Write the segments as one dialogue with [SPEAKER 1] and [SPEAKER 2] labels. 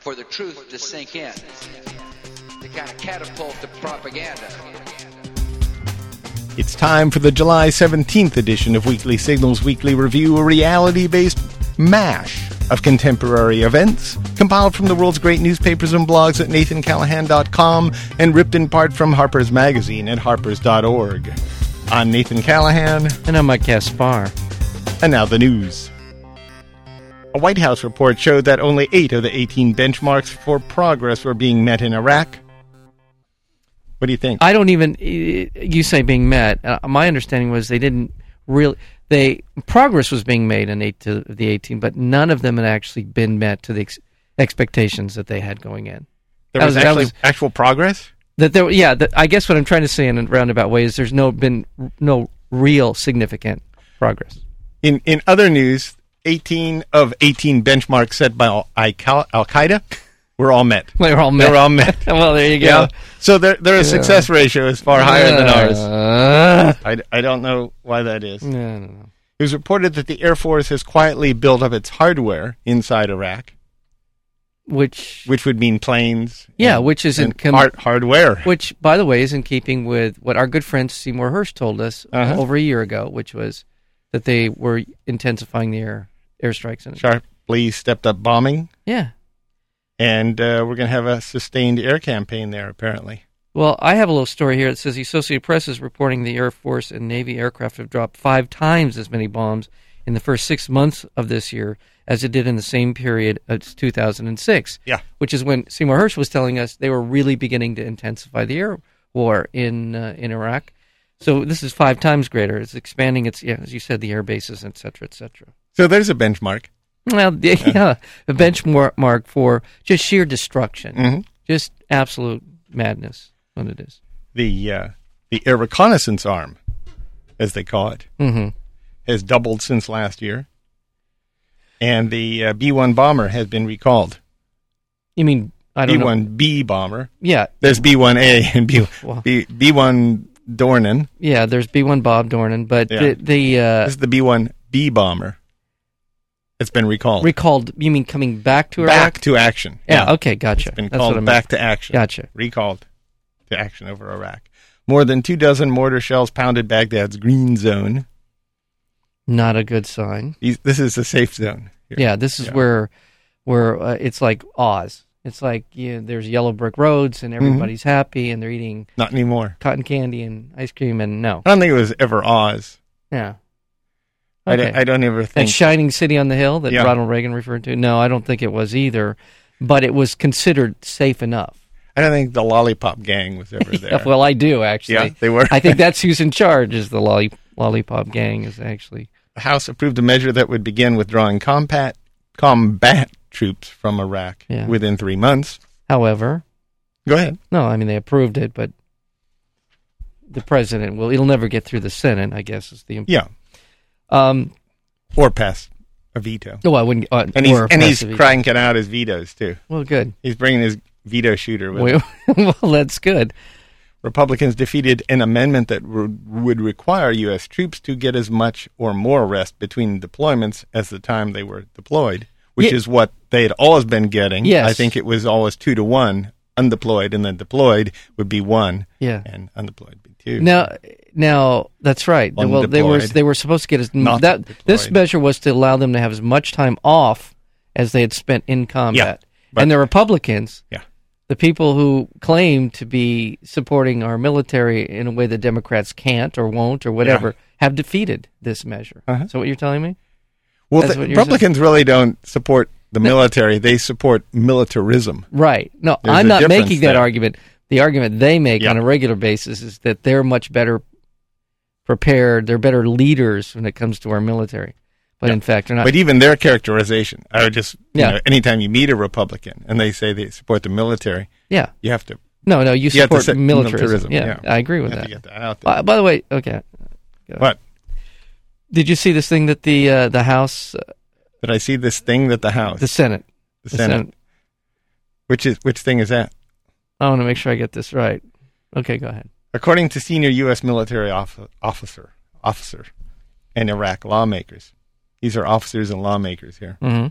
[SPEAKER 1] for the truth to sink in, to kind of catapult the propaganda.
[SPEAKER 2] It's time for the July 17th edition of Weekly Signals Weekly Review, a reality based mash of contemporary events, compiled from the world's great newspapers and blogs at nathancallahan.com and ripped in part from Harper's Magazine at harpers.org. I'm Nathan Callahan.
[SPEAKER 3] And I'm Mike Caspar.
[SPEAKER 2] And now the news. A White House report showed that only eight of the 18 benchmarks for progress were being met in Iraq. What do you think?
[SPEAKER 3] I don't even. You say being met. Uh, my understanding was they didn't really. They progress was being made in eight to the 18, but none of them had actually been met to the ex- expectations that they had going in.
[SPEAKER 2] there
[SPEAKER 3] that
[SPEAKER 2] was,
[SPEAKER 3] was- that
[SPEAKER 2] actually
[SPEAKER 3] was-
[SPEAKER 2] actual progress?
[SPEAKER 3] That there, yeah. That, I guess what I'm trying to say in a roundabout way is there's no been no real significant progress.
[SPEAKER 2] In, in other news, 18 of 18 benchmarks set by Al Qaeda were all met.
[SPEAKER 3] They were all met.
[SPEAKER 2] They were all met.
[SPEAKER 3] well, there you go.
[SPEAKER 2] Yeah. So their, their success ratio is far higher than ours.
[SPEAKER 3] Uh,
[SPEAKER 2] I, I don't know why that is.
[SPEAKER 3] no, no, no.
[SPEAKER 2] It was reported that the Air Force has quietly built up its hardware inside Iraq,
[SPEAKER 3] Which,
[SPEAKER 2] which would mean planes.
[SPEAKER 3] Yeah, which is in
[SPEAKER 2] and
[SPEAKER 3] com-
[SPEAKER 2] hard- hardware.
[SPEAKER 3] which, by the way, is in keeping with what our good friend Seymour Hirsch told us
[SPEAKER 2] Uh-huh.
[SPEAKER 3] over a year ago, which was that they were intensifying the air airstrikes. And
[SPEAKER 2] Sharply stepped up bombing,
[SPEAKER 3] yeah,
[SPEAKER 2] and uh, we're going to have a sustained air campaign there, apparently.
[SPEAKER 3] well, I have a little story here that says the Associated Press is reporting the Air Force and Navy aircraft have dropped five times as many bombs in the first six months of this year as it did in the same period of 2006.
[SPEAKER 2] Yeah.
[SPEAKER 3] which is when Seymour Hirsch was telling us they were really beginning to intensify the air war in uh, in Iraq. So this is five times greater. It's expanding its, yeah, as you said, the air bases, et cetera, et cetera.
[SPEAKER 2] So there's a benchmark.
[SPEAKER 3] Well, yeah, yeah, a benchmark for just sheer destruction,
[SPEAKER 2] Mhm.
[SPEAKER 3] just absolute madness. What it is.
[SPEAKER 2] The, uh, the air reconnaissance arm, as they call it,
[SPEAKER 3] Mm-hmm.
[SPEAKER 2] has doubled since last year. And the uh, B 1 bomber has been recalled.
[SPEAKER 3] You mean I
[SPEAKER 2] B
[SPEAKER 3] don't know?
[SPEAKER 2] 1B bomber.
[SPEAKER 3] Yeah,
[SPEAKER 2] There's B1A and B,
[SPEAKER 3] Wow.
[SPEAKER 2] B, B1 Dornan.
[SPEAKER 3] yeah. There's B1 Bob Dornan, but
[SPEAKER 2] Yeah.
[SPEAKER 3] the, the
[SPEAKER 2] This
[SPEAKER 3] uh,
[SPEAKER 2] is the B1B bomber. It's been recalled.
[SPEAKER 3] recalled. You mean coming back to Iraq?
[SPEAKER 2] back to action.
[SPEAKER 3] yeah, Okay. Gotcha.
[SPEAKER 2] It's been
[SPEAKER 3] That's what I
[SPEAKER 2] called
[SPEAKER 3] meant.
[SPEAKER 2] back to action.
[SPEAKER 3] Gotcha.
[SPEAKER 2] Recalled to action over Iraq. More than two dozen mortar shells pounded Baghdad's green zone.
[SPEAKER 3] Not a good sign.
[SPEAKER 2] These, this is a safe zone. here.
[SPEAKER 3] Yeah, this is
[SPEAKER 2] Yeah.
[SPEAKER 3] where where uh, it's like Oz. It's like you know, there's yellow brick roads
[SPEAKER 2] Mm-hmm.
[SPEAKER 3] and everybody's happy and they're eating
[SPEAKER 2] Not anymore.
[SPEAKER 3] cotton candy and ice cream and no,
[SPEAKER 2] I don't think it was ever Oz.
[SPEAKER 3] yeah.
[SPEAKER 2] I d- I, don't ever
[SPEAKER 3] that
[SPEAKER 2] think.
[SPEAKER 3] shining city on the hill that
[SPEAKER 2] Yeah.
[SPEAKER 3] Ronald Reagan referred to. No, I don't think it was either, but it was considered safe enough.
[SPEAKER 2] I don't think the Lollipop Gang was ever there.
[SPEAKER 3] Well, I do actually.
[SPEAKER 2] yeah, they were.
[SPEAKER 3] I think that's who's in charge. Is the lolly, lollipop gang is actually
[SPEAKER 2] the House approved a measure that would begin withdrawing combat combat troops from Iraq
[SPEAKER 3] Yeah.
[SPEAKER 2] within three months.
[SPEAKER 3] However,
[SPEAKER 2] Go ahead.
[SPEAKER 3] no, I mean they approved it, but the president will. It'll never get through the Senate, I guess. Is the
[SPEAKER 2] Yeah,
[SPEAKER 3] um.
[SPEAKER 2] or pass a veto.
[SPEAKER 3] Oh, I wouldn't. Uh,
[SPEAKER 2] And he's
[SPEAKER 3] or
[SPEAKER 2] and he's
[SPEAKER 3] passive-
[SPEAKER 2] cranking out his vetoes too.
[SPEAKER 3] Well, good.
[SPEAKER 2] He's bringing his veto shooter with. him.
[SPEAKER 3] Well, well, that's good.
[SPEAKER 2] Republicans defeated an amendment that would, would require U.S. troops to get as much or more rest between deployments as the time they were deployed, which
[SPEAKER 3] Ye-
[SPEAKER 2] is what they had always been getting.
[SPEAKER 3] Yes.
[SPEAKER 2] I think it was always two to one. Undeployed and then deployed would be one,
[SPEAKER 3] Yeah.
[SPEAKER 2] and undeployed would be two.
[SPEAKER 3] Now, now that's right. Well, they were
[SPEAKER 2] Undeployed.
[SPEAKER 3] they were supposed to get as
[SPEAKER 2] Not
[SPEAKER 3] that. This
[SPEAKER 2] deployed.
[SPEAKER 3] measure was to allow them to have as much time off as they had spent in combat.
[SPEAKER 2] but-
[SPEAKER 3] and the Republicans,
[SPEAKER 2] Yeah.
[SPEAKER 3] the people who claim to be supporting our military in a way the Democrats can't or won't or whatever, have defeated this measure.
[SPEAKER 2] Uh-huh.
[SPEAKER 3] So what you're telling me?
[SPEAKER 2] Well,
[SPEAKER 3] That's
[SPEAKER 2] the
[SPEAKER 3] what you're
[SPEAKER 2] Republicans really don't support the military; they support militarism.
[SPEAKER 3] Right. No,
[SPEAKER 2] There's
[SPEAKER 3] I'm
[SPEAKER 2] a
[SPEAKER 3] not
[SPEAKER 2] difference
[SPEAKER 3] making that
[SPEAKER 2] there.
[SPEAKER 3] argument. The argument they make
[SPEAKER 2] Yeah.
[SPEAKER 3] on a regular basis is that they're much better prepared. They're better leaders when it comes to our military. But in fact, they're not.
[SPEAKER 2] But even their characterization, I would just, you
[SPEAKER 3] Yeah.
[SPEAKER 2] know, anytime you meet a Republican and they say they support the military,
[SPEAKER 3] yeah.
[SPEAKER 2] you have to,
[SPEAKER 3] No, no, you,
[SPEAKER 2] have to
[SPEAKER 3] support
[SPEAKER 2] say
[SPEAKER 3] militarism.
[SPEAKER 2] militarism,
[SPEAKER 3] Yeah,
[SPEAKER 2] yeah.
[SPEAKER 3] I agree with
[SPEAKER 2] you have to
[SPEAKER 3] that.
[SPEAKER 2] get that out there.
[SPEAKER 3] Uh, by the way, okay.
[SPEAKER 2] But
[SPEAKER 3] Did you see this thing that the uh, the House, uh,
[SPEAKER 2] did I see this thing that the House,
[SPEAKER 3] the Senate,
[SPEAKER 2] the Senate, which is which thing is that?
[SPEAKER 3] I want to make sure I get this right. Okay, go ahead.
[SPEAKER 2] According to senior U.S. military off- officer, officer, and Iraq lawmakers, these are officers and lawmakers here.
[SPEAKER 3] hmm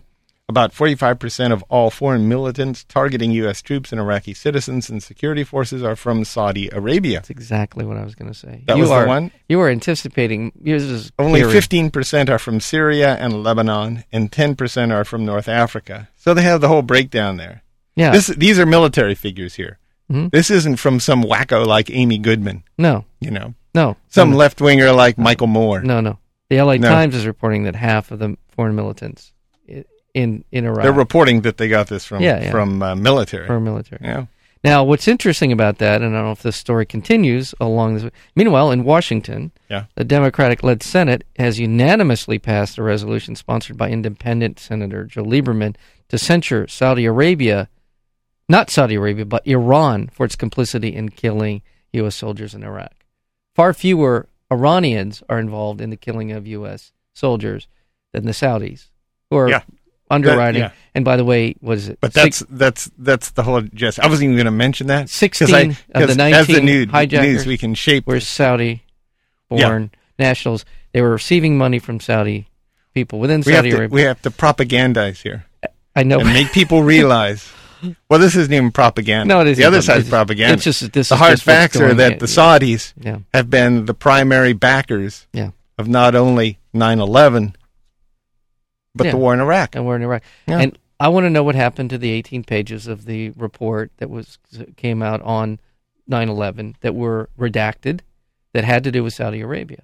[SPEAKER 2] About 45% of all foreign militants targeting U.S. troops and Iraqi citizens and security forces are from Saudi Arabia.
[SPEAKER 3] That's exactly what I was going to say.
[SPEAKER 2] That
[SPEAKER 3] you
[SPEAKER 2] was the
[SPEAKER 3] are,
[SPEAKER 2] one?
[SPEAKER 3] You were anticipating. Yours is
[SPEAKER 2] Only
[SPEAKER 3] theory.
[SPEAKER 2] 15% are from Syria and Lebanon, and 10% are from North Africa. So they have the whole breakdown there.
[SPEAKER 3] Yeah.
[SPEAKER 2] This, these are military figures here.
[SPEAKER 3] Mhm.
[SPEAKER 2] This isn't from some wacko like Amy Goodman,
[SPEAKER 3] no.
[SPEAKER 2] you know,
[SPEAKER 3] No.
[SPEAKER 2] some
[SPEAKER 3] no,
[SPEAKER 2] left winger like Michael Moore.
[SPEAKER 3] No. No. The L.A.
[SPEAKER 2] No.
[SPEAKER 3] Times is reporting that half of the foreign militants i- in in Iraq
[SPEAKER 2] They're reporting that they got this from
[SPEAKER 3] Yeah, yeah.
[SPEAKER 2] from uh, military.
[SPEAKER 3] are military.
[SPEAKER 2] yeah.
[SPEAKER 3] Now, what's interesting about that, and I don't know if this story continues along this. Meanwhile, in Washington,
[SPEAKER 2] Yeah.
[SPEAKER 3] the Democratic-led Senate has unanimously passed a resolution sponsored by independent Senator Joe Lieberman to censure Saudi Arabia, not Saudi Arabia, but Iran for its complicity in killing U.S. soldiers in Iraq. Far fewer Iranians are involved in the killing of U.S. soldiers than the Saudis, who are
[SPEAKER 2] Yeah.
[SPEAKER 3] underwriting.
[SPEAKER 2] That-
[SPEAKER 3] And by the way, what is it?
[SPEAKER 2] But
[SPEAKER 3] Six-
[SPEAKER 2] that's that's that's the whole gist. I wasn't even going to mention that. 'cause
[SPEAKER 3] 16
[SPEAKER 2] I-
[SPEAKER 3] of the
[SPEAKER 2] 'cause
[SPEAKER 3] 19
[SPEAKER 2] as the nude, news
[SPEAKER 3] hijackers
[SPEAKER 2] we can shape.
[SPEAKER 3] were Saudi born nationals. They were receiving money from Saudi people within
[SPEAKER 2] We have,
[SPEAKER 3] Saudi
[SPEAKER 2] to,
[SPEAKER 3] Arabia.
[SPEAKER 2] we have to propagandize here
[SPEAKER 3] I know.
[SPEAKER 2] and make people realize. Well, this isn't even propaganda.
[SPEAKER 3] No, it isn't.
[SPEAKER 2] The other
[SPEAKER 3] It's
[SPEAKER 2] side's
[SPEAKER 3] just-
[SPEAKER 2] propaganda.
[SPEAKER 3] it's just that this
[SPEAKER 2] the
[SPEAKER 3] is
[SPEAKER 2] hard
[SPEAKER 3] just what's
[SPEAKER 2] facts are
[SPEAKER 3] going
[SPEAKER 2] that
[SPEAKER 3] on.
[SPEAKER 2] the Saudis
[SPEAKER 3] Yeah.
[SPEAKER 2] have been the primary backers
[SPEAKER 3] Yeah.
[SPEAKER 2] of not only 9/11 but
[SPEAKER 3] Yeah.
[SPEAKER 2] the war in Iraq.
[SPEAKER 3] And we're in Iraq.
[SPEAKER 2] Yeah.
[SPEAKER 3] And I want to know what happened to the 18 pages of the report that was came out on 9/11 that were redacted that had to do with Saudi Arabia.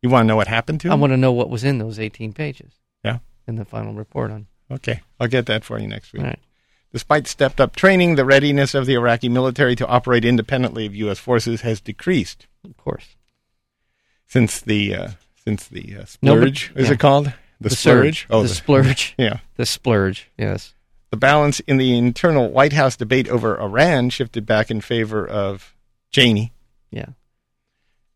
[SPEAKER 2] You want to know what happened to?
[SPEAKER 3] I
[SPEAKER 2] them?
[SPEAKER 3] want to know what was in those 18 pages
[SPEAKER 2] yeah.
[SPEAKER 3] in the final report on.
[SPEAKER 2] Okay, I'll get that for you next week.
[SPEAKER 3] All right.
[SPEAKER 2] Despite stepped up training, the readiness of the Iraqi military to operate independently of U.S. forces has decreased
[SPEAKER 3] Of course.
[SPEAKER 2] since the uh, since the uh,
[SPEAKER 3] No, but-
[SPEAKER 2] splurge. is
[SPEAKER 3] yeah.
[SPEAKER 2] it called the,
[SPEAKER 3] surge.
[SPEAKER 2] splurge? Oh,
[SPEAKER 3] the, splurge.
[SPEAKER 2] yeah.
[SPEAKER 3] The splurge. Yes.
[SPEAKER 2] The balance in the internal White House debate over Iran shifted back in favor of Cheney.
[SPEAKER 3] Yeah.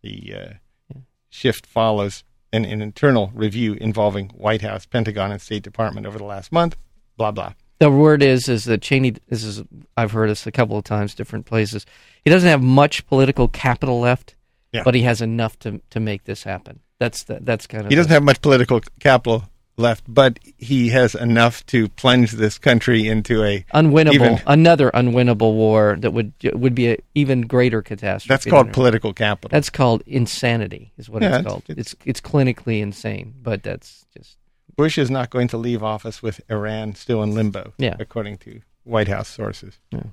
[SPEAKER 2] The uh, shift follows an, an internal review involving White House, Pentagon, and State Department over the last month. Blah blah.
[SPEAKER 3] The word is is that Cheney. This is I've heard this a couple of times, different places. He doesn't have much political capital left,
[SPEAKER 2] Yeah.
[SPEAKER 3] but he has enough to to make this happen. That's the, that's kind of
[SPEAKER 2] He doesn't
[SPEAKER 3] the-
[SPEAKER 2] have much political capital left, but he has enough to plunge this country into a
[SPEAKER 3] unwinnable
[SPEAKER 2] even-
[SPEAKER 3] another unwinnable war that would would be an even greater catastrophe.
[SPEAKER 2] that's
[SPEAKER 3] than
[SPEAKER 2] called
[SPEAKER 3] it-
[SPEAKER 2] political capital.
[SPEAKER 3] that's called insanity is what
[SPEAKER 2] Yeah,
[SPEAKER 3] it's
[SPEAKER 2] it's-
[SPEAKER 3] called.
[SPEAKER 2] it's-
[SPEAKER 3] It's, it's clinically insane, but that's just
[SPEAKER 2] Bush is not going to leave office with Iran still in limbo,
[SPEAKER 3] Yeah.
[SPEAKER 2] according to White House sources.
[SPEAKER 3] Yeah.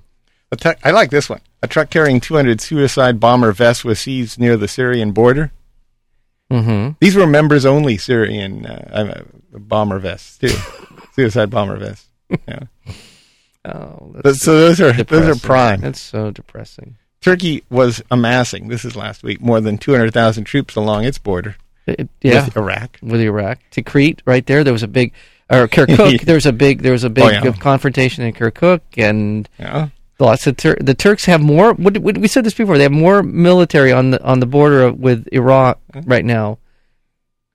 [SPEAKER 2] A tech- I like this one. A truck carrying 200 suicide bomber vests was seized near the Syrian border.
[SPEAKER 3] mm-hmm.
[SPEAKER 2] These were members only Syrian uh, uh, bomber vests, too. suicide bomber vests. Yeah.
[SPEAKER 3] Oh,
[SPEAKER 2] But-
[SPEAKER 3] that's
[SPEAKER 2] so those are those
[SPEAKER 3] depressing.
[SPEAKER 2] are prime.
[SPEAKER 3] That's so depressing.
[SPEAKER 2] Turkey was amassing, this is last week, more than 200,000 troops along its border
[SPEAKER 3] It- yeah.
[SPEAKER 2] with Iraq.
[SPEAKER 3] with Iraq to Crete right there. There was a big or Kirkuk. there was a big there was a big
[SPEAKER 2] Oh, yeah.
[SPEAKER 3] confrontation in Kirkuk and
[SPEAKER 2] Yeah.
[SPEAKER 3] lots of Tur- the Turks have more. What, did- what, we said this before. They have more military on the on the border of, with Iraq right now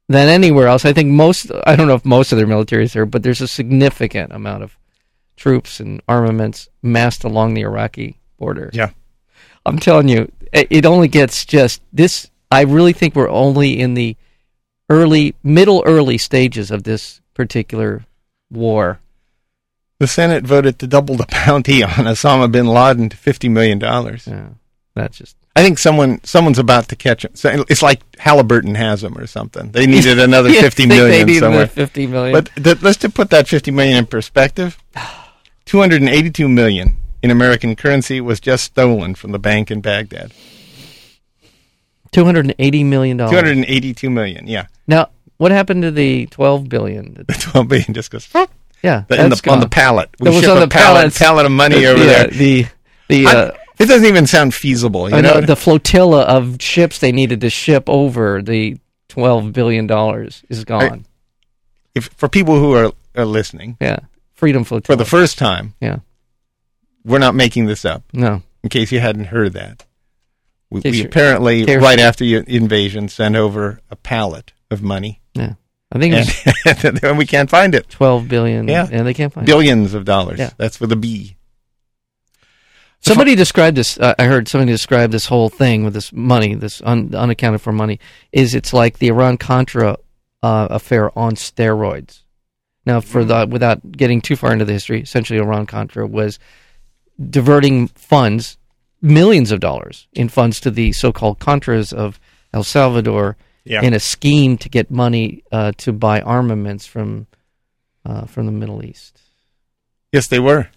[SPEAKER 3] than anywhere else. I think most. I don't know if most of their military is there, but there's a significant amount of troops and armaments massed along the Iraqi border.
[SPEAKER 2] Yeah.
[SPEAKER 3] I'm telling you, it it only gets just this. I really think we're only in the early, middle, early stages of this particular war.
[SPEAKER 2] The Senate voted to double the bounty on Osama bin Laden to $50 million.
[SPEAKER 3] Yeah, that's just
[SPEAKER 2] I think someone someone's about to catch him. So It's like Halliburton has him or something. They needed another
[SPEAKER 3] Yeah,
[SPEAKER 2] fifty
[SPEAKER 3] they-
[SPEAKER 2] million
[SPEAKER 3] they need another
[SPEAKER 2] somewhere.
[SPEAKER 3] Fifty million.
[SPEAKER 2] But th- let's just put that fifty million in perspective. Two hundred and eighty-two million in American currency was just stolen from the bank in Baghdad.
[SPEAKER 3] Two hundred and eighty million dollars.
[SPEAKER 2] Two hundred and eighty-two million. Yeah,
[SPEAKER 3] Now, what happened to the twelve billion?
[SPEAKER 2] the twelve billion just goes. whoop,
[SPEAKER 3] Yeah,
[SPEAKER 2] the- in the-
[SPEAKER 3] that's
[SPEAKER 2] on the
[SPEAKER 3] gone.
[SPEAKER 2] pallet. We
[SPEAKER 3] That was
[SPEAKER 2] ship
[SPEAKER 3] on
[SPEAKER 2] a
[SPEAKER 3] the
[SPEAKER 2] pallet,
[SPEAKER 3] pallets.
[SPEAKER 2] pallet of money
[SPEAKER 3] The-
[SPEAKER 2] over
[SPEAKER 3] yeah,
[SPEAKER 2] there.
[SPEAKER 3] The the
[SPEAKER 2] I-
[SPEAKER 3] uh,
[SPEAKER 2] it doesn't even sound feasible. You
[SPEAKER 3] I
[SPEAKER 2] know,
[SPEAKER 3] know, the flotilla of ships they needed to ship over the twelve billion dollars is gone.
[SPEAKER 2] if, for people who are, are listening
[SPEAKER 3] yeah, Freedom
[SPEAKER 2] for
[SPEAKER 3] flotilla.
[SPEAKER 2] the first time,
[SPEAKER 3] yeah,
[SPEAKER 2] we're not making this up.
[SPEAKER 3] no,
[SPEAKER 2] in case you hadn't heard that. We,
[SPEAKER 3] case
[SPEAKER 2] we
[SPEAKER 3] you're-
[SPEAKER 2] apparently,
[SPEAKER 3] case-
[SPEAKER 2] right after your invasion, sent over a pallet of money,
[SPEAKER 3] yeah. I think it
[SPEAKER 2] and,
[SPEAKER 3] was
[SPEAKER 2] and we can't find it.
[SPEAKER 3] twelve billion.
[SPEAKER 2] Yeah.
[SPEAKER 3] and they can't find it.
[SPEAKER 2] Billions of dollars.
[SPEAKER 3] Yeah.
[SPEAKER 2] That's with a B.
[SPEAKER 3] Somebody described this. Uh, I heard somebody describe this whole thing with this money, this un, unaccounted for money. Is it's like the Iran Contra uh, affair on steroids. Now, for the without getting too far into the history, essentially Iran Contra was diverting funds, millions of dollars in funds to the so-called Contras of El Salvador,
[SPEAKER 2] Yeah.
[SPEAKER 3] in a scheme to get money uh, to buy armaments from uh, from the Middle East.
[SPEAKER 2] Yes, they were.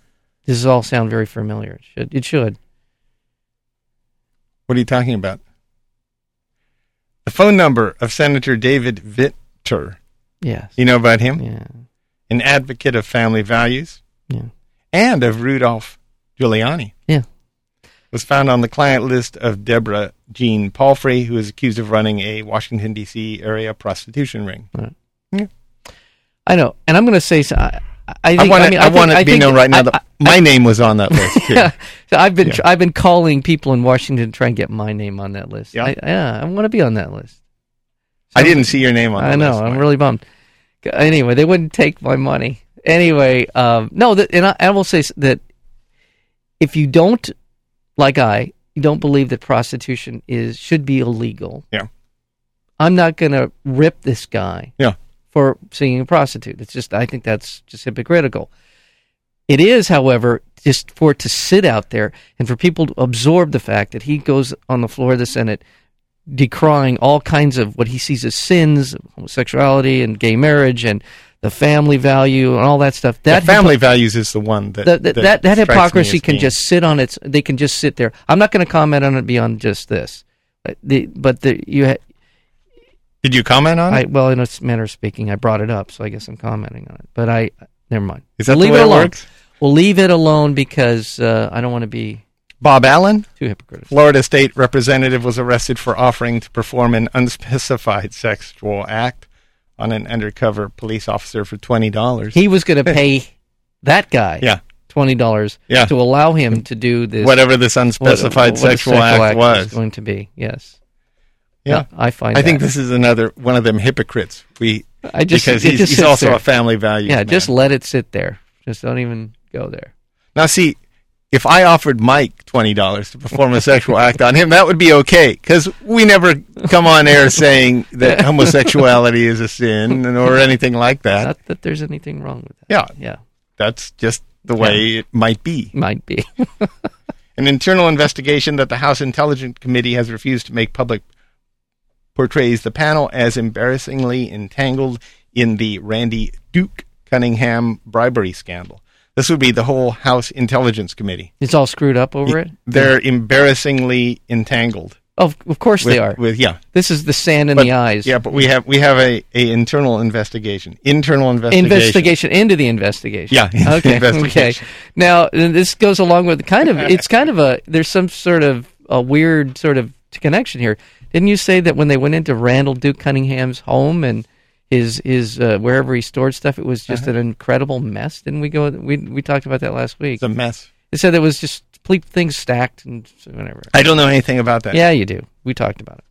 [SPEAKER 3] This is all sound very familiar. It should. It should.
[SPEAKER 2] What are you talking about? The phone number of Senator David Vitter.
[SPEAKER 3] Yes.
[SPEAKER 2] You know about him?
[SPEAKER 3] Yeah.
[SPEAKER 2] An advocate of family values
[SPEAKER 3] Yeah.
[SPEAKER 2] and of Rudolph Giuliani.
[SPEAKER 3] Yeah.
[SPEAKER 2] was found on the client list of Deborah Jean Palfrey, who is accused of running a Washington, D.C. area prostitution ring.
[SPEAKER 3] Right.
[SPEAKER 2] Yeah.
[SPEAKER 3] I know, and I'm going to say. So, I, I,
[SPEAKER 2] I
[SPEAKER 3] think-
[SPEAKER 2] want
[SPEAKER 3] mean,
[SPEAKER 2] it, I
[SPEAKER 3] think-
[SPEAKER 2] want it
[SPEAKER 3] I
[SPEAKER 2] to be
[SPEAKER 3] think-
[SPEAKER 2] known right now
[SPEAKER 3] I-
[SPEAKER 2] that
[SPEAKER 3] I-
[SPEAKER 2] my name was on that list. Too.
[SPEAKER 3] yeah. So I've been
[SPEAKER 2] Yeah.
[SPEAKER 3] I've been calling people in Washington to try and get my name on that list.
[SPEAKER 2] Yeah.
[SPEAKER 3] I, yeah, I want to be on that list.
[SPEAKER 2] I didn't see your name on. The
[SPEAKER 3] I know.
[SPEAKER 2] list,
[SPEAKER 3] I'm
[SPEAKER 2] Mike.
[SPEAKER 3] really bummed. G- Anyway, they wouldn't take my money. Anyway, um, no, th- and I, I will say s- that if you don't, like I, you don't believe that prostitution is should be illegal.
[SPEAKER 2] Yeah.
[SPEAKER 3] I'm not going to rip this guy
[SPEAKER 2] Yeah.
[SPEAKER 3] for seeing a prostitute. It's just I think that's just hypocritical. It is, however, just for it to sit out there and for people to absorb the fact that he goes on the floor of the Senate decrying all kinds of what he sees as sins, homosexuality and gay marriage and the family value and all that stuff.
[SPEAKER 2] The
[SPEAKER 3] That
[SPEAKER 2] family values is the one that
[SPEAKER 3] that that, that, that
[SPEAKER 2] strikes me
[SPEAKER 3] hypocrisy
[SPEAKER 2] as
[SPEAKER 3] can
[SPEAKER 2] being-
[SPEAKER 3] just sit on its. They can just sit there. I'm not going to comment on it beyond just this. Uh, The, but the, you, ha-
[SPEAKER 2] Did you comment on
[SPEAKER 3] I,
[SPEAKER 2] it?
[SPEAKER 3] well, in a manner of speaking, I brought it up, so I guess I'm commenting on it. But I, never mind.
[SPEAKER 2] Is that
[SPEAKER 3] We'll
[SPEAKER 2] the
[SPEAKER 3] leave
[SPEAKER 2] way it
[SPEAKER 3] alone.
[SPEAKER 2] works?
[SPEAKER 3] We'll leave it alone because uh, I don't want to be
[SPEAKER 2] Bob Allen,
[SPEAKER 3] too hypocritical.
[SPEAKER 2] Florida state representative, was arrested for offering to perform an unspecified sexual act on an undercover police officer for twenty dollars.
[SPEAKER 3] He was going to pay that guy
[SPEAKER 2] Yeah.
[SPEAKER 3] twenty dollars
[SPEAKER 2] Yeah.
[SPEAKER 3] to allow him to do this
[SPEAKER 2] Whatever this
[SPEAKER 3] what-
[SPEAKER 2] unspecified
[SPEAKER 3] what a
[SPEAKER 2] sexual, act, was.
[SPEAKER 3] going to be. Yes,
[SPEAKER 2] yeah.
[SPEAKER 3] I find.
[SPEAKER 2] I think
[SPEAKER 3] that-
[SPEAKER 2] this is another one of them hypocrites. We
[SPEAKER 3] I just
[SPEAKER 2] because
[SPEAKER 3] it
[SPEAKER 2] he's,
[SPEAKER 3] just
[SPEAKER 2] he's
[SPEAKER 3] sits
[SPEAKER 2] also
[SPEAKER 3] there.
[SPEAKER 2] a family value.
[SPEAKER 3] yeah. Just let it sit there. Just don't even go there.
[SPEAKER 2] now, see, if I offered Mike twenty dollars to perform a sexual act on him, that would be okay because we never come on air saying that homosexuality is a sin and- or anything like that.
[SPEAKER 3] Not that there's anything wrong with that.
[SPEAKER 2] Yeah,
[SPEAKER 3] Yeah,
[SPEAKER 2] that's just the way it might be.
[SPEAKER 3] might be.
[SPEAKER 2] An internal investigation that the House Intelligence Committee has refused to make public portrays the panel as embarrassingly entangled in the Randy Duke Cunningham bribery scandal. This would be the whole House Intelligence Committee.
[SPEAKER 3] it's all screwed up over it.
[SPEAKER 2] They're embarrassingly entangled.
[SPEAKER 3] Of of course
[SPEAKER 2] With,
[SPEAKER 3] they are.
[SPEAKER 2] With yeah,
[SPEAKER 3] This is the sand in
[SPEAKER 2] But-
[SPEAKER 3] the eyes.
[SPEAKER 2] yeah, but we have we have a, a internal investigation. Internal investigation.
[SPEAKER 3] investigation into the investigation.
[SPEAKER 2] Yeah, into the
[SPEAKER 3] Okay.
[SPEAKER 2] investigation.
[SPEAKER 3] Okay. Now and this goes along with kind of it's kind of a there's some sort of a weird sort of connection here. Didn't you say that when they went into Randall Duke Cunningham's home and his his uh, wherever he stored stuff, it was
[SPEAKER 2] Uh-huh.
[SPEAKER 3] just an incredible mess. Didn't we go? We we talked about that last week.
[SPEAKER 2] It's a mess.
[SPEAKER 3] It said it was just complete things stacked and whatever.
[SPEAKER 2] I don't know anything about that.
[SPEAKER 3] Yeah, you do. We talked about it.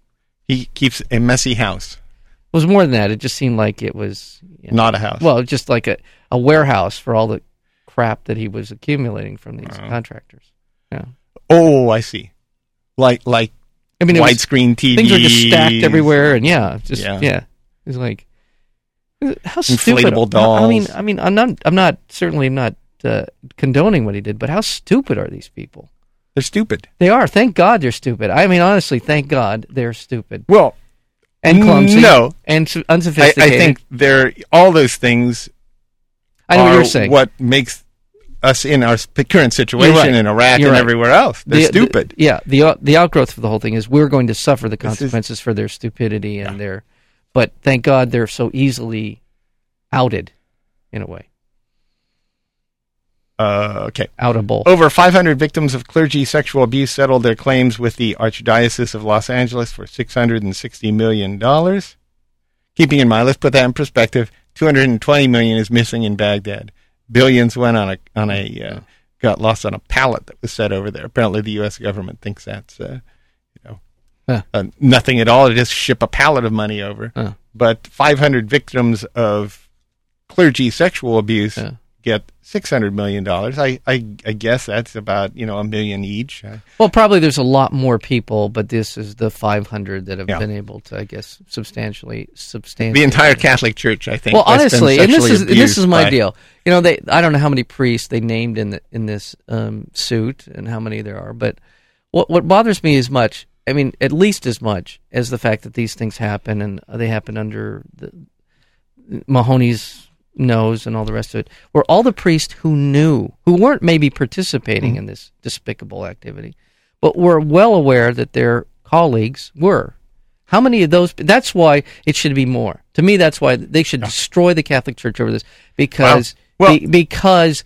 [SPEAKER 2] He keeps a messy house,
[SPEAKER 3] It was more than that. It just seemed like it was you know,
[SPEAKER 2] not a house.
[SPEAKER 3] Well, just like a, a warehouse for all the crap that he was accumulating from these contractors. Yeah.
[SPEAKER 2] oh, I see. Like like
[SPEAKER 3] I mean, it was,
[SPEAKER 2] widescreen TV.
[SPEAKER 3] things were just stacked everywhere, and yeah, just
[SPEAKER 2] Yeah.
[SPEAKER 3] yeah, it's like how stupid.
[SPEAKER 2] Inflatable
[SPEAKER 3] I mean,
[SPEAKER 2] dolls.
[SPEAKER 3] I mean, I'm not, I'm not certainly not uh, condoning what he did, but how stupid are these people?
[SPEAKER 2] They're stupid.
[SPEAKER 3] They are. Thank God they're stupid. I mean, honestly, thank God they're stupid
[SPEAKER 2] Well,
[SPEAKER 3] and clumsy.
[SPEAKER 2] No.
[SPEAKER 3] and s-
[SPEAKER 2] I, I
[SPEAKER 3] unsophisticated.
[SPEAKER 2] think they're all those things
[SPEAKER 3] I know what
[SPEAKER 2] are
[SPEAKER 3] you're saying.
[SPEAKER 2] what makes us in our sp- current situation
[SPEAKER 3] You're right.
[SPEAKER 2] in Iraq
[SPEAKER 3] You're
[SPEAKER 2] and
[SPEAKER 3] right.
[SPEAKER 2] everywhere else. They're
[SPEAKER 3] the- the-
[SPEAKER 2] stupid.
[SPEAKER 3] yeah, the out- the outgrowth of the whole thing is we're going to suffer the
[SPEAKER 2] This is-
[SPEAKER 3] consequences for their stupidity and their. But thank God they're so easily outed, in a way,
[SPEAKER 2] uh, okay.
[SPEAKER 3] outable.
[SPEAKER 2] Over 500 victims of clergy sexual abuse settled their claims with the Archdiocese of Los Angeles for $660 million. Keeping in mind, let's put that in perspective. 220 million is missing in Baghdad. Billions went on a on a uh, got lost on a pallet that was set over there. Apparently, the U.S. government thinks that's uh, you know
[SPEAKER 3] Huh.
[SPEAKER 2] uh, nothing at all. They just ship a pallet of money over.
[SPEAKER 3] Huh.
[SPEAKER 2] But 500 victims of clergy sexual abuse
[SPEAKER 3] Yeah.
[SPEAKER 2] get six hundred million dollars. I, I I guess that's about you know a million each. Uh, I-
[SPEAKER 3] Well, probably there's a lot more people, but this is the 500 that have
[SPEAKER 2] Yeah.
[SPEAKER 3] been able to, I guess, substantially, substantially.
[SPEAKER 2] the entire Catholic Church, I think.
[SPEAKER 3] Well,
[SPEAKER 2] has been
[SPEAKER 3] honestly, and this
[SPEAKER 2] sexually
[SPEAKER 3] is and this
[SPEAKER 2] abused
[SPEAKER 3] is my
[SPEAKER 2] by-
[SPEAKER 3] deal. You know, they I don't know how many priests they named in the, in this um, suit and how many there are, but what what bothers me as much, I mean, at least as much as the fact that these things happen and they happen under the, Mahoney's nose and all the rest of it were all the priests who knew, who weren't maybe participating in this despicable activity, but were well aware that their colleagues were. How many of those? That's why it should be more. To me, that's why they should destroy the Catholic Church over this because
[SPEAKER 2] Wow. Well-
[SPEAKER 3] be- because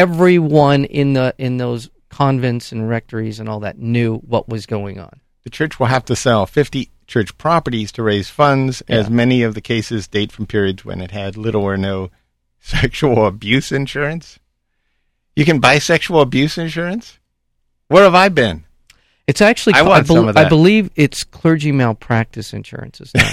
[SPEAKER 3] everyone in the in those convents and rectories and all that knew what was going on.
[SPEAKER 2] The church will have to sell 50 church properties to raise funds, as many of the cases date from periods when it had little or no sexual abuse insurance. You can buy sexual abuse insurance? Where have I been?
[SPEAKER 3] It's actually
[SPEAKER 2] I
[SPEAKER 3] ca-
[SPEAKER 2] want
[SPEAKER 3] bel-
[SPEAKER 2] some of that.
[SPEAKER 3] I believe it's clergy malpractice insurances now.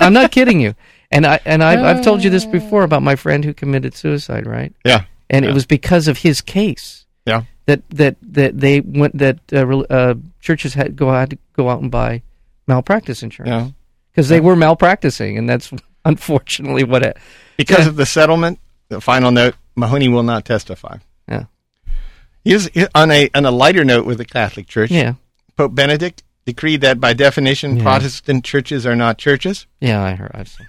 [SPEAKER 3] I'm not kidding you. And I and I've, I've told you
[SPEAKER 2] Uh.
[SPEAKER 3] this before about my friend who committed suicide, right?
[SPEAKER 2] Yeah.
[SPEAKER 3] And
[SPEAKER 2] Yeah.
[SPEAKER 3] it was because of his case
[SPEAKER 2] Yeah.
[SPEAKER 3] that that that they went that uh, rel- uh, churches had go had to go out and buy malpractice
[SPEAKER 2] Yeah.
[SPEAKER 3] insurance because they were malpracticing, and that's unfortunately what it.
[SPEAKER 2] Because of the settlement, the final note Mahoney will not testify.
[SPEAKER 3] Yeah,
[SPEAKER 2] Here's, on, a, on a lighter note with the Catholic Church,
[SPEAKER 3] yeah,
[SPEAKER 2] Pope Benedict decreed that by definition, Protestant churches are not churches.
[SPEAKER 3] yeah. I heard. I've seen-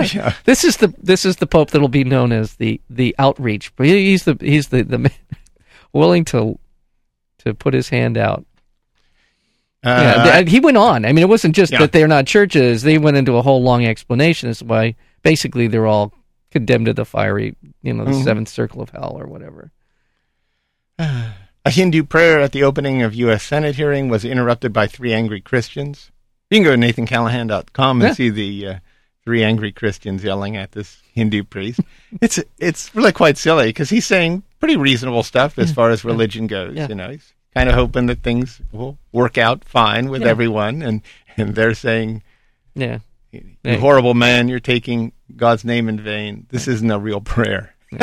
[SPEAKER 3] Jeez. This is the this is the Pope that'll be known as the the outreach. But he- he's the he's the the man willing to to put his hand out. Yeah,
[SPEAKER 2] Uh,
[SPEAKER 3] th- he went on. I mean, it wasn't just
[SPEAKER 2] Yeah.
[SPEAKER 3] that they're not churches. They went into a whole long explanation as to why basically they're all condemned to the fiery, you know, the
[SPEAKER 2] Mm-hmm.
[SPEAKER 3] seventh circle of hell or whatever.
[SPEAKER 2] A Hindu prayer at the opening of U.S. Senate hearing was interrupted by three angry Christians. You can go to nathancallahan.com and
[SPEAKER 3] Yeah.
[SPEAKER 2] see the uh, three angry Christians yelling at this Hindu priest. it's it's really quite silly because he's saying pretty reasonable stuff as far as religion goes.
[SPEAKER 3] Yeah.
[SPEAKER 2] You know, he's kind of hoping that things will work out fine with
[SPEAKER 3] Yeah.
[SPEAKER 2] everyone, and and they're saying,
[SPEAKER 3] Yeah.
[SPEAKER 2] "You
[SPEAKER 3] Yeah.
[SPEAKER 2] horrible man, you're taking God's name in vain. This isn't a real prayer."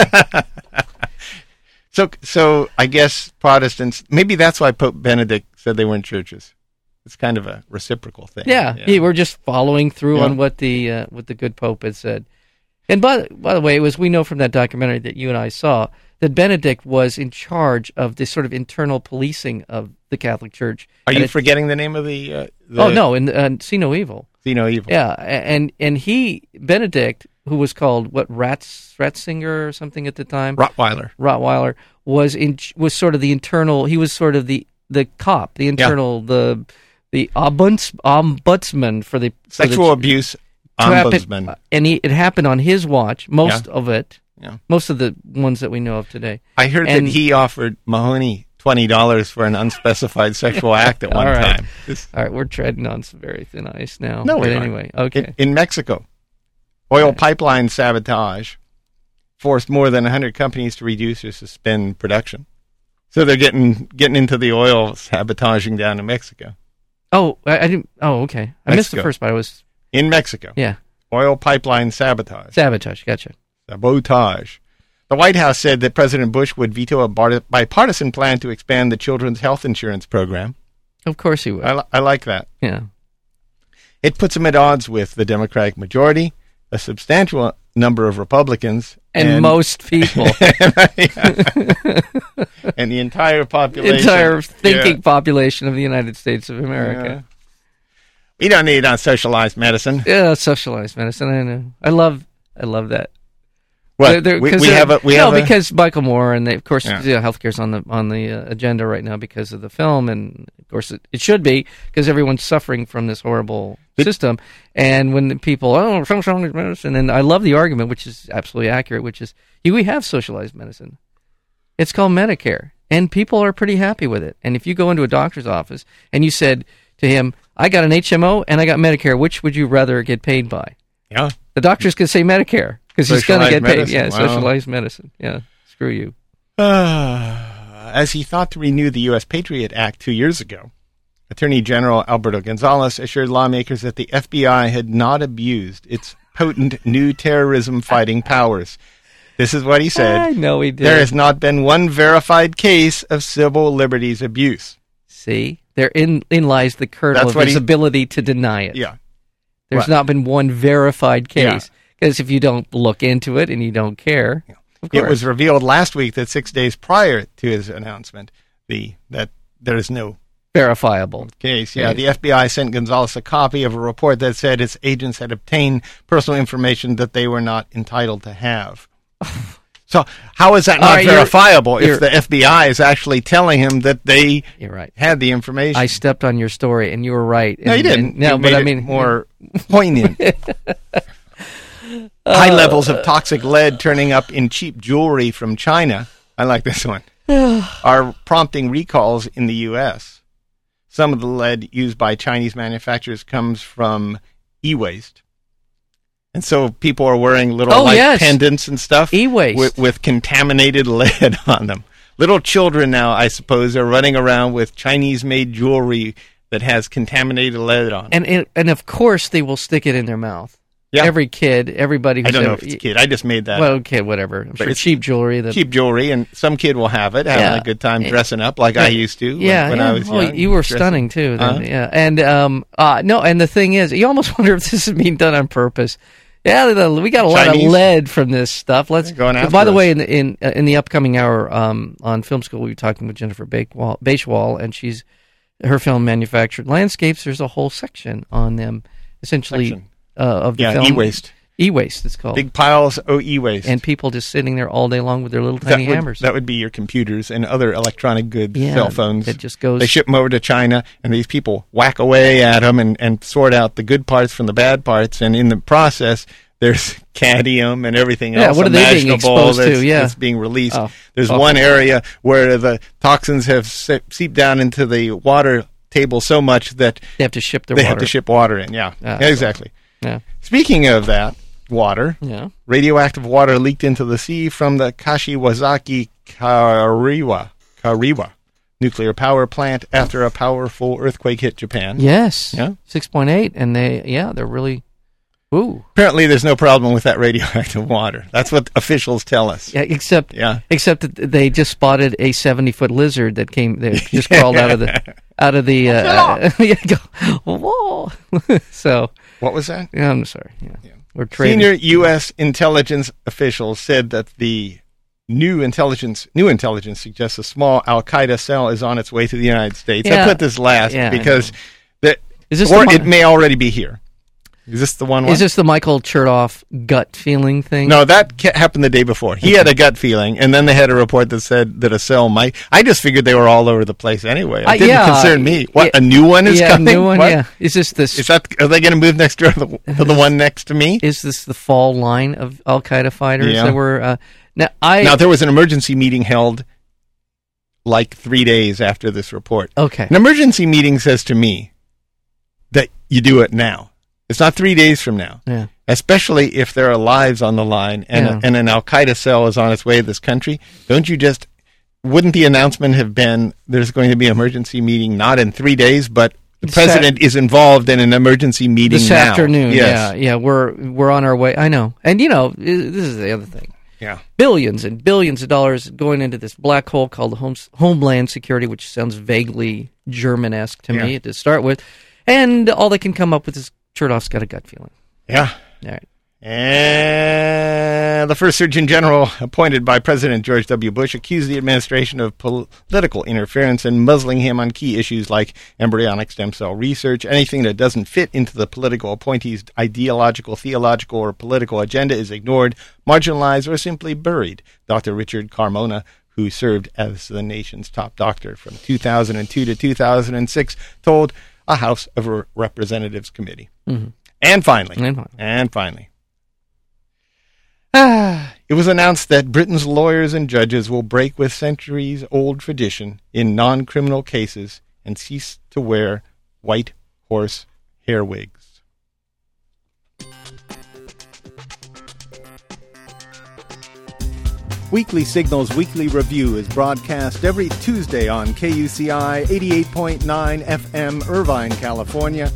[SPEAKER 2] So, so I guess Protestants. Maybe that's why Pope Benedict said they weren't churches. It's kind of a reciprocal thing.
[SPEAKER 3] Yeah, yeah. we're just following through
[SPEAKER 2] Yeah.
[SPEAKER 3] on what the uh, what the good Pope had said. And by by the way, it was we know from that documentary that you and I saw that Benedict was in charge of this sort of internal policing of the Catholic Church.
[SPEAKER 2] Are
[SPEAKER 3] And
[SPEAKER 2] you
[SPEAKER 3] it-
[SPEAKER 2] forgetting the name of the? Uh, the
[SPEAKER 3] oh no, and uh, see no evil.
[SPEAKER 2] See no evil.
[SPEAKER 3] Yeah, a- and and he Benedict, who was called what Ratz Ratzinger or something at the time,
[SPEAKER 2] Rottweiler.
[SPEAKER 3] Rottweiler was in was sort of the internal. He was sort of the the cop, the internal, the the ombuds, ombudsman for the for the
[SPEAKER 2] Sexual abuse
[SPEAKER 3] to happen-
[SPEAKER 2] ombudsman.
[SPEAKER 3] uh, and he, it happened on his watch. Most of it,
[SPEAKER 2] Yeah.
[SPEAKER 3] most of the ones that we know of today.
[SPEAKER 2] I heard
[SPEAKER 3] and-
[SPEAKER 2] that he offered Mahoney twenty dollars for an unspecified sexual act at one
[SPEAKER 3] All right.
[SPEAKER 2] time. This-
[SPEAKER 3] All right, we're treading on some very thin ice now.
[SPEAKER 2] No,
[SPEAKER 3] but
[SPEAKER 2] we aren't.
[SPEAKER 3] anyway, okay.
[SPEAKER 2] in, in Mexico, oil pipeline sabotage forced more than hundred companies to reduce or suspend production. So they're getting getting into the oil sabotaging down in Mexico.
[SPEAKER 3] oh, I, I didn't. Oh, okay. I missed the
[SPEAKER 2] Mexico.
[SPEAKER 3] first part. I was
[SPEAKER 2] in Mexico.
[SPEAKER 3] yeah.
[SPEAKER 2] Oil pipeline sabotage.
[SPEAKER 3] Sabotage. Gotcha.
[SPEAKER 2] Sabotage. The White House said that President Bush would veto a bar- bipartisan plan to expand the children's health insurance program.
[SPEAKER 3] Of course he would.
[SPEAKER 2] I, li- I like that.
[SPEAKER 3] yeah.
[SPEAKER 2] It puts him at odds with the Democratic majority, a substantial number of Republicans,
[SPEAKER 3] And, most people,
[SPEAKER 2] and the entire population.
[SPEAKER 3] entire thinking
[SPEAKER 2] Yeah.
[SPEAKER 3] population of the United States of America.
[SPEAKER 2] We don't need unsocialized medicine.
[SPEAKER 3] Yeah. socialized medicine. I know. I love. I love that.
[SPEAKER 2] Well,
[SPEAKER 3] They're- they're-
[SPEAKER 2] we,
[SPEAKER 3] 'cause
[SPEAKER 2] we
[SPEAKER 3] they're-
[SPEAKER 2] have a we
[SPEAKER 3] no,
[SPEAKER 2] have a-
[SPEAKER 3] because Michael Moore and they, of course
[SPEAKER 2] Yeah.
[SPEAKER 3] you know, healthcare's on the on the uh, agenda right now because of the film, and of course it, it should be because everyone's suffering from this horrible system. And when the people oh something's wrong with medicine, and I love the argument, which is absolutely accurate, which is "Yeah, we have socialized medicine. It's called Medicare, and people are pretty happy with it. And if you go into a doctor's office and you said to him, "I got an HMO and I got Medicare, which would you rather get paid by?"
[SPEAKER 2] yeah.
[SPEAKER 3] The doctors can say Medicare because he's going to
[SPEAKER 2] Socialized
[SPEAKER 3] get paid.
[SPEAKER 2] medicine,
[SPEAKER 3] Yeah,
[SPEAKER 2] wow.
[SPEAKER 3] socialized medicine. Yeah, screw you.
[SPEAKER 2] Ah, As he thought to renew the U.S. Patriot Act two years ago, Attorney General Alberto Gonzales assured lawmakers that the FBI had not abused its potent new terrorism fighting powers. This is what he said.
[SPEAKER 3] I know he did.
[SPEAKER 2] There has not been one verified case of civil liberties abuse.
[SPEAKER 3] See, there in in lies the kernel
[SPEAKER 2] That's
[SPEAKER 3] of
[SPEAKER 2] what
[SPEAKER 3] his
[SPEAKER 2] he-
[SPEAKER 3] ability to deny it.
[SPEAKER 2] Yeah.
[SPEAKER 3] There's
[SPEAKER 2] Right.
[SPEAKER 3] not been one verified
[SPEAKER 2] Yeah.
[SPEAKER 3] case because if you don't look into it and you don't care, of course,
[SPEAKER 2] It was revealed last week that six days prior to his announcement, the that there is no
[SPEAKER 3] verifiable.
[SPEAKER 2] case. Yeah,
[SPEAKER 3] Right.
[SPEAKER 2] the FBI sent Gonzalez a copy of a report that said its agents had obtained personal information that they were not entitled to have. so, how is that
[SPEAKER 3] All
[SPEAKER 2] not
[SPEAKER 3] right, you're-
[SPEAKER 2] verifiable
[SPEAKER 3] you're-
[SPEAKER 2] if the FBI is actually telling him that they
[SPEAKER 3] You're right.
[SPEAKER 2] had the information?
[SPEAKER 3] I stepped on your story, and you were right.
[SPEAKER 2] no,
[SPEAKER 3] and-
[SPEAKER 2] you
[SPEAKER 3] and-
[SPEAKER 2] didn't.
[SPEAKER 3] no,
[SPEAKER 2] You
[SPEAKER 3] but
[SPEAKER 2] made
[SPEAKER 3] I
[SPEAKER 2] it
[SPEAKER 3] mean
[SPEAKER 2] more poignant. High levels
[SPEAKER 3] Uh,
[SPEAKER 2] of toxic lead turning up in cheap jewelry from China. I like this one. are prompting recalls in the U.S. Some of the lead used by Chinese manufacturers comes from e-waste, and so people are wearing little
[SPEAKER 3] Oh,
[SPEAKER 2] like
[SPEAKER 3] yes.
[SPEAKER 2] pendants and stuff
[SPEAKER 3] E-waste.
[SPEAKER 2] with, with contaminated lead on them. Little children now, I suppose, are running around with Chinese-made jewelry that has contaminated lead on. it.
[SPEAKER 3] and it, and of course they will stick it in their mouth.
[SPEAKER 2] Yeah.
[SPEAKER 3] Every kid, everybody. Who's
[SPEAKER 2] I don't know
[SPEAKER 3] ever,
[SPEAKER 2] if it's a kid. I just made that
[SPEAKER 3] Well, okay, whatever. I'm sure
[SPEAKER 2] it's
[SPEAKER 3] cheap jewelry. That,
[SPEAKER 2] cheap jewelry, and some kid will have it, having
[SPEAKER 3] Yeah.
[SPEAKER 2] a good time
[SPEAKER 3] It-
[SPEAKER 2] dressing up like I used to. when-
[SPEAKER 3] Yeah,
[SPEAKER 2] when,
[SPEAKER 3] yeah.
[SPEAKER 2] I was
[SPEAKER 3] Oh,
[SPEAKER 2] young,
[SPEAKER 3] you were
[SPEAKER 2] dressing-
[SPEAKER 3] stunning too. Then.
[SPEAKER 2] Uh-huh.
[SPEAKER 3] Yeah, and um, uh, no, and the thing is, you almost wonder if this is being done on purpose. Yeah, the- we got a lot
[SPEAKER 2] Chinese?
[SPEAKER 3] of lead from this stuff. Let's
[SPEAKER 2] They're going
[SPEAKER 3] But
[SPEAKER 2] after
[SPEAKER 3] By the
[SPEAKER 2] us.
[SPEAKER 3] way, in in, uh, in the upcoming hour um, on Film School, we were talking with Jennifer Bakewall, Bakewall, and she's her film manufactured landscapes. There's a whole section on them, essentially
[SPEAKER 2] Section.
[SPEAKER 3] uh, of the
[SPEAKER 2] Yeah,
[SPEAKER 3] film
[SPEAKER 2] e-waste.
[SPEAKER 3] E-waste, it's called.
[SPEAKER 2] Big piles of e-waste.
[SPEAKER 3] and people just sitting there all day long with their little
[SPEAKER 2] that
[SPEAKER 3] tiny
[SPEAKER 2] would,
[SPEAKER 3] hammers.
[SPEAKER 2] that would be your computers and other electronic goods,
[SPEAKER 3] Yeah,
[SPEAKER 2] cell phones.
[SPEAKER 3] that just goes-
[SPEAKER 2] They ship them over to China, and these people whack away at them and, and sort out the good parts from the bad parts. And in the process, there's cadmium and everything
[SPEAKER 3] Yeah,
[SPEAKER 2] else
[SPEAKER 3] what are they being
[SPEAKER 2] imaginable
[SPEAKER 3] exposed to?
[SPEAKER 2] that's,
[SPEAKER 3] Yeah.
[SPEAKER 2] that's being released.
[SPEAKER 3] Oh,
[SPEAKER 2] there's
[SPEAKER 3] awful.
[SPEAKER 2] one area where the toxins have se- seeped down into the water table so much that
[SPEAKER 3] they have to ship their
[SPEAKER 2] they
[SPEAKER 3] water.
[SPEAKER 2] have to ship water in. Yeah,
[SPEAKER 3] Ah,
[SPEAKER 2] exactly.
[SPEAKER 3] yeah,
[SPEAKER 2] Speaking of that, water.
[SPEAKER 3] yeah.
[SPEAKER 2] Radioactive water leaked into the sea from the Kashiwazaki Kariwa, Kariwa nuclear power plant after a powerful earthquake hit Japan.
[SPEAKER 3] Yes.
[SPEAKER 2] Yeah.
[SPEAKER 3] Six point eight, and they yeah they're really, ooh
[SPEAKER 2] Apparently, there's no problem with that radioactive water. That's what officials tell us.
[SPEAKER 3] yeah except
[SPEAKER 2] Yeah.
[SPEAKER 3] except that they just spotted a seventy foot lizard that came that just crawled out of the out of the uh, yeah, go- whoa so
[SPEAKER 2] What was that?
[SPEAKER 3] yeah, I'm sorry yeah, we're trading
[SPEAKER 2] Senior U.S. intelligence officials said that the new intelligence new intelligence suggests a small Al Qaeda cell is on its way to the United States.
[SPEAKER 3] Yeah.
[SPEAKER 2] I put this last
[SPEAKER 3] Yeah, I
[SPEAKER 2] because the,
[SPEAKER 3] Is this
[SPEAKER 2] or
[SPEAKER 3] the one-
[SPEAKER 2] it may already be here. Is this the one?
[SPEAKER 3] is this the Michael Chertoff gut feeling thing
[SPEAKER 2] No, that ca- happened the day before. He had a gut feeling, and then they had a report that said that a cell might. I just figured they were all over the place anyway. It
[SPEAKER 3] Uh,
[SPEAKER 2] didn't
[SPEAKER 3] yeah.
[SPEAKER 2] concern me. What
[SPEAKER 3] Yeah.
[SPEAKER 2] a new one is
[SPEAKER 3] yeah
[SPEAKER 2] coming.
[SPEAKER 3] new one
[SPEAKER 2] What?
[SPEAKER 3] yeah is this this
[SPEAKER 2] Is that are they going to move next door to the, to the one next to me?
[SPEAKER 3] is this the fall line of Al Qaeda fighters
[SPEAKER 2] Yeah.
[SPEAKER 3] that were uh, now I
[SPEAKER 2] Now there was an emergency meeting held like three days after this report.
[SPEAKER 3] okay
[SPEAKER 2] An emergency meeting says to me that you do it now. It's not three days from now.
[SPEAKER 3] yeah
[SPEAKER 2] especially if there are lives on the line and,
[SPEAKER 3] Yeah.
[SPEAKER 2] and an Al Qaeda cell is on its way to this country, don't you just, wouldn't the announcement have been there's going to be an emergency meeting not in three days, but the
[SPEAKER 3] This
[SPEAKER 2] president is involved in an emergency meeting
[SPEAKER 3] this
[SPEAKER 2] now.
[SPEAKER 3] afternoon. Yeah,
[SPEAKER 2] Yes.
[SPEAKER 3] yeah, we're we're on our way. I know, and you know, i- this is the other thing:
[SPEAKER 2] Yeah.
[SPEAKER 3] billions and billions of dollars going into this black hole called the home, Homeland Security, which sounds vaguely German-esque to me
[SPEAKER 2] Yeah.
[SPEAKER 3] to start with, and all they can come up with is Chertoff's got a gut feeling.
[SPEAKER 2] Yeah.
[SPEAKER 3] All right.
[SPEAKER 2] And the first Surgeon General appointed by President George W. Bush accused the administration of pol- political interference and muzzling him on key issues like embryonic stem cell research. Anything that doesn't fit into the political appointee's ideological, theological, or political agenda is ignored, marginalized, or simply buried. Dr. Richard Carmona, who served as the nation's top doctor from 2002 to 2006, told a House of Re- Representatives committee. And finally,
[SPEAKER 3] Mm-hmm. And finally.
[SPEAKER 2] and finally, Ah, it was announced that Britain's lawyers and judges will break with centuries old tradition in non criminal cases and cease to wear white horse hair wigs. Weekly Signals Weekly Review is broadcast every Tuesday on KUCI 88.9 FM, Irvine, California.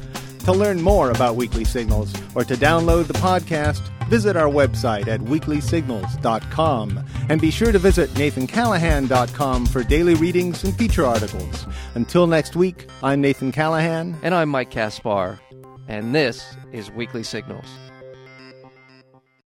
[SPEAKER 2] To learn more about Weekly Signals or to download the podcast, visit our website at weeklysignals.com. And be sure to visit nathancallahan.com for daily readings and feature articles. Until next week, I'm Nathan Callahan.
[SPEAKER 3] And I'm Mike Kaspar, and this is Weekly Signals.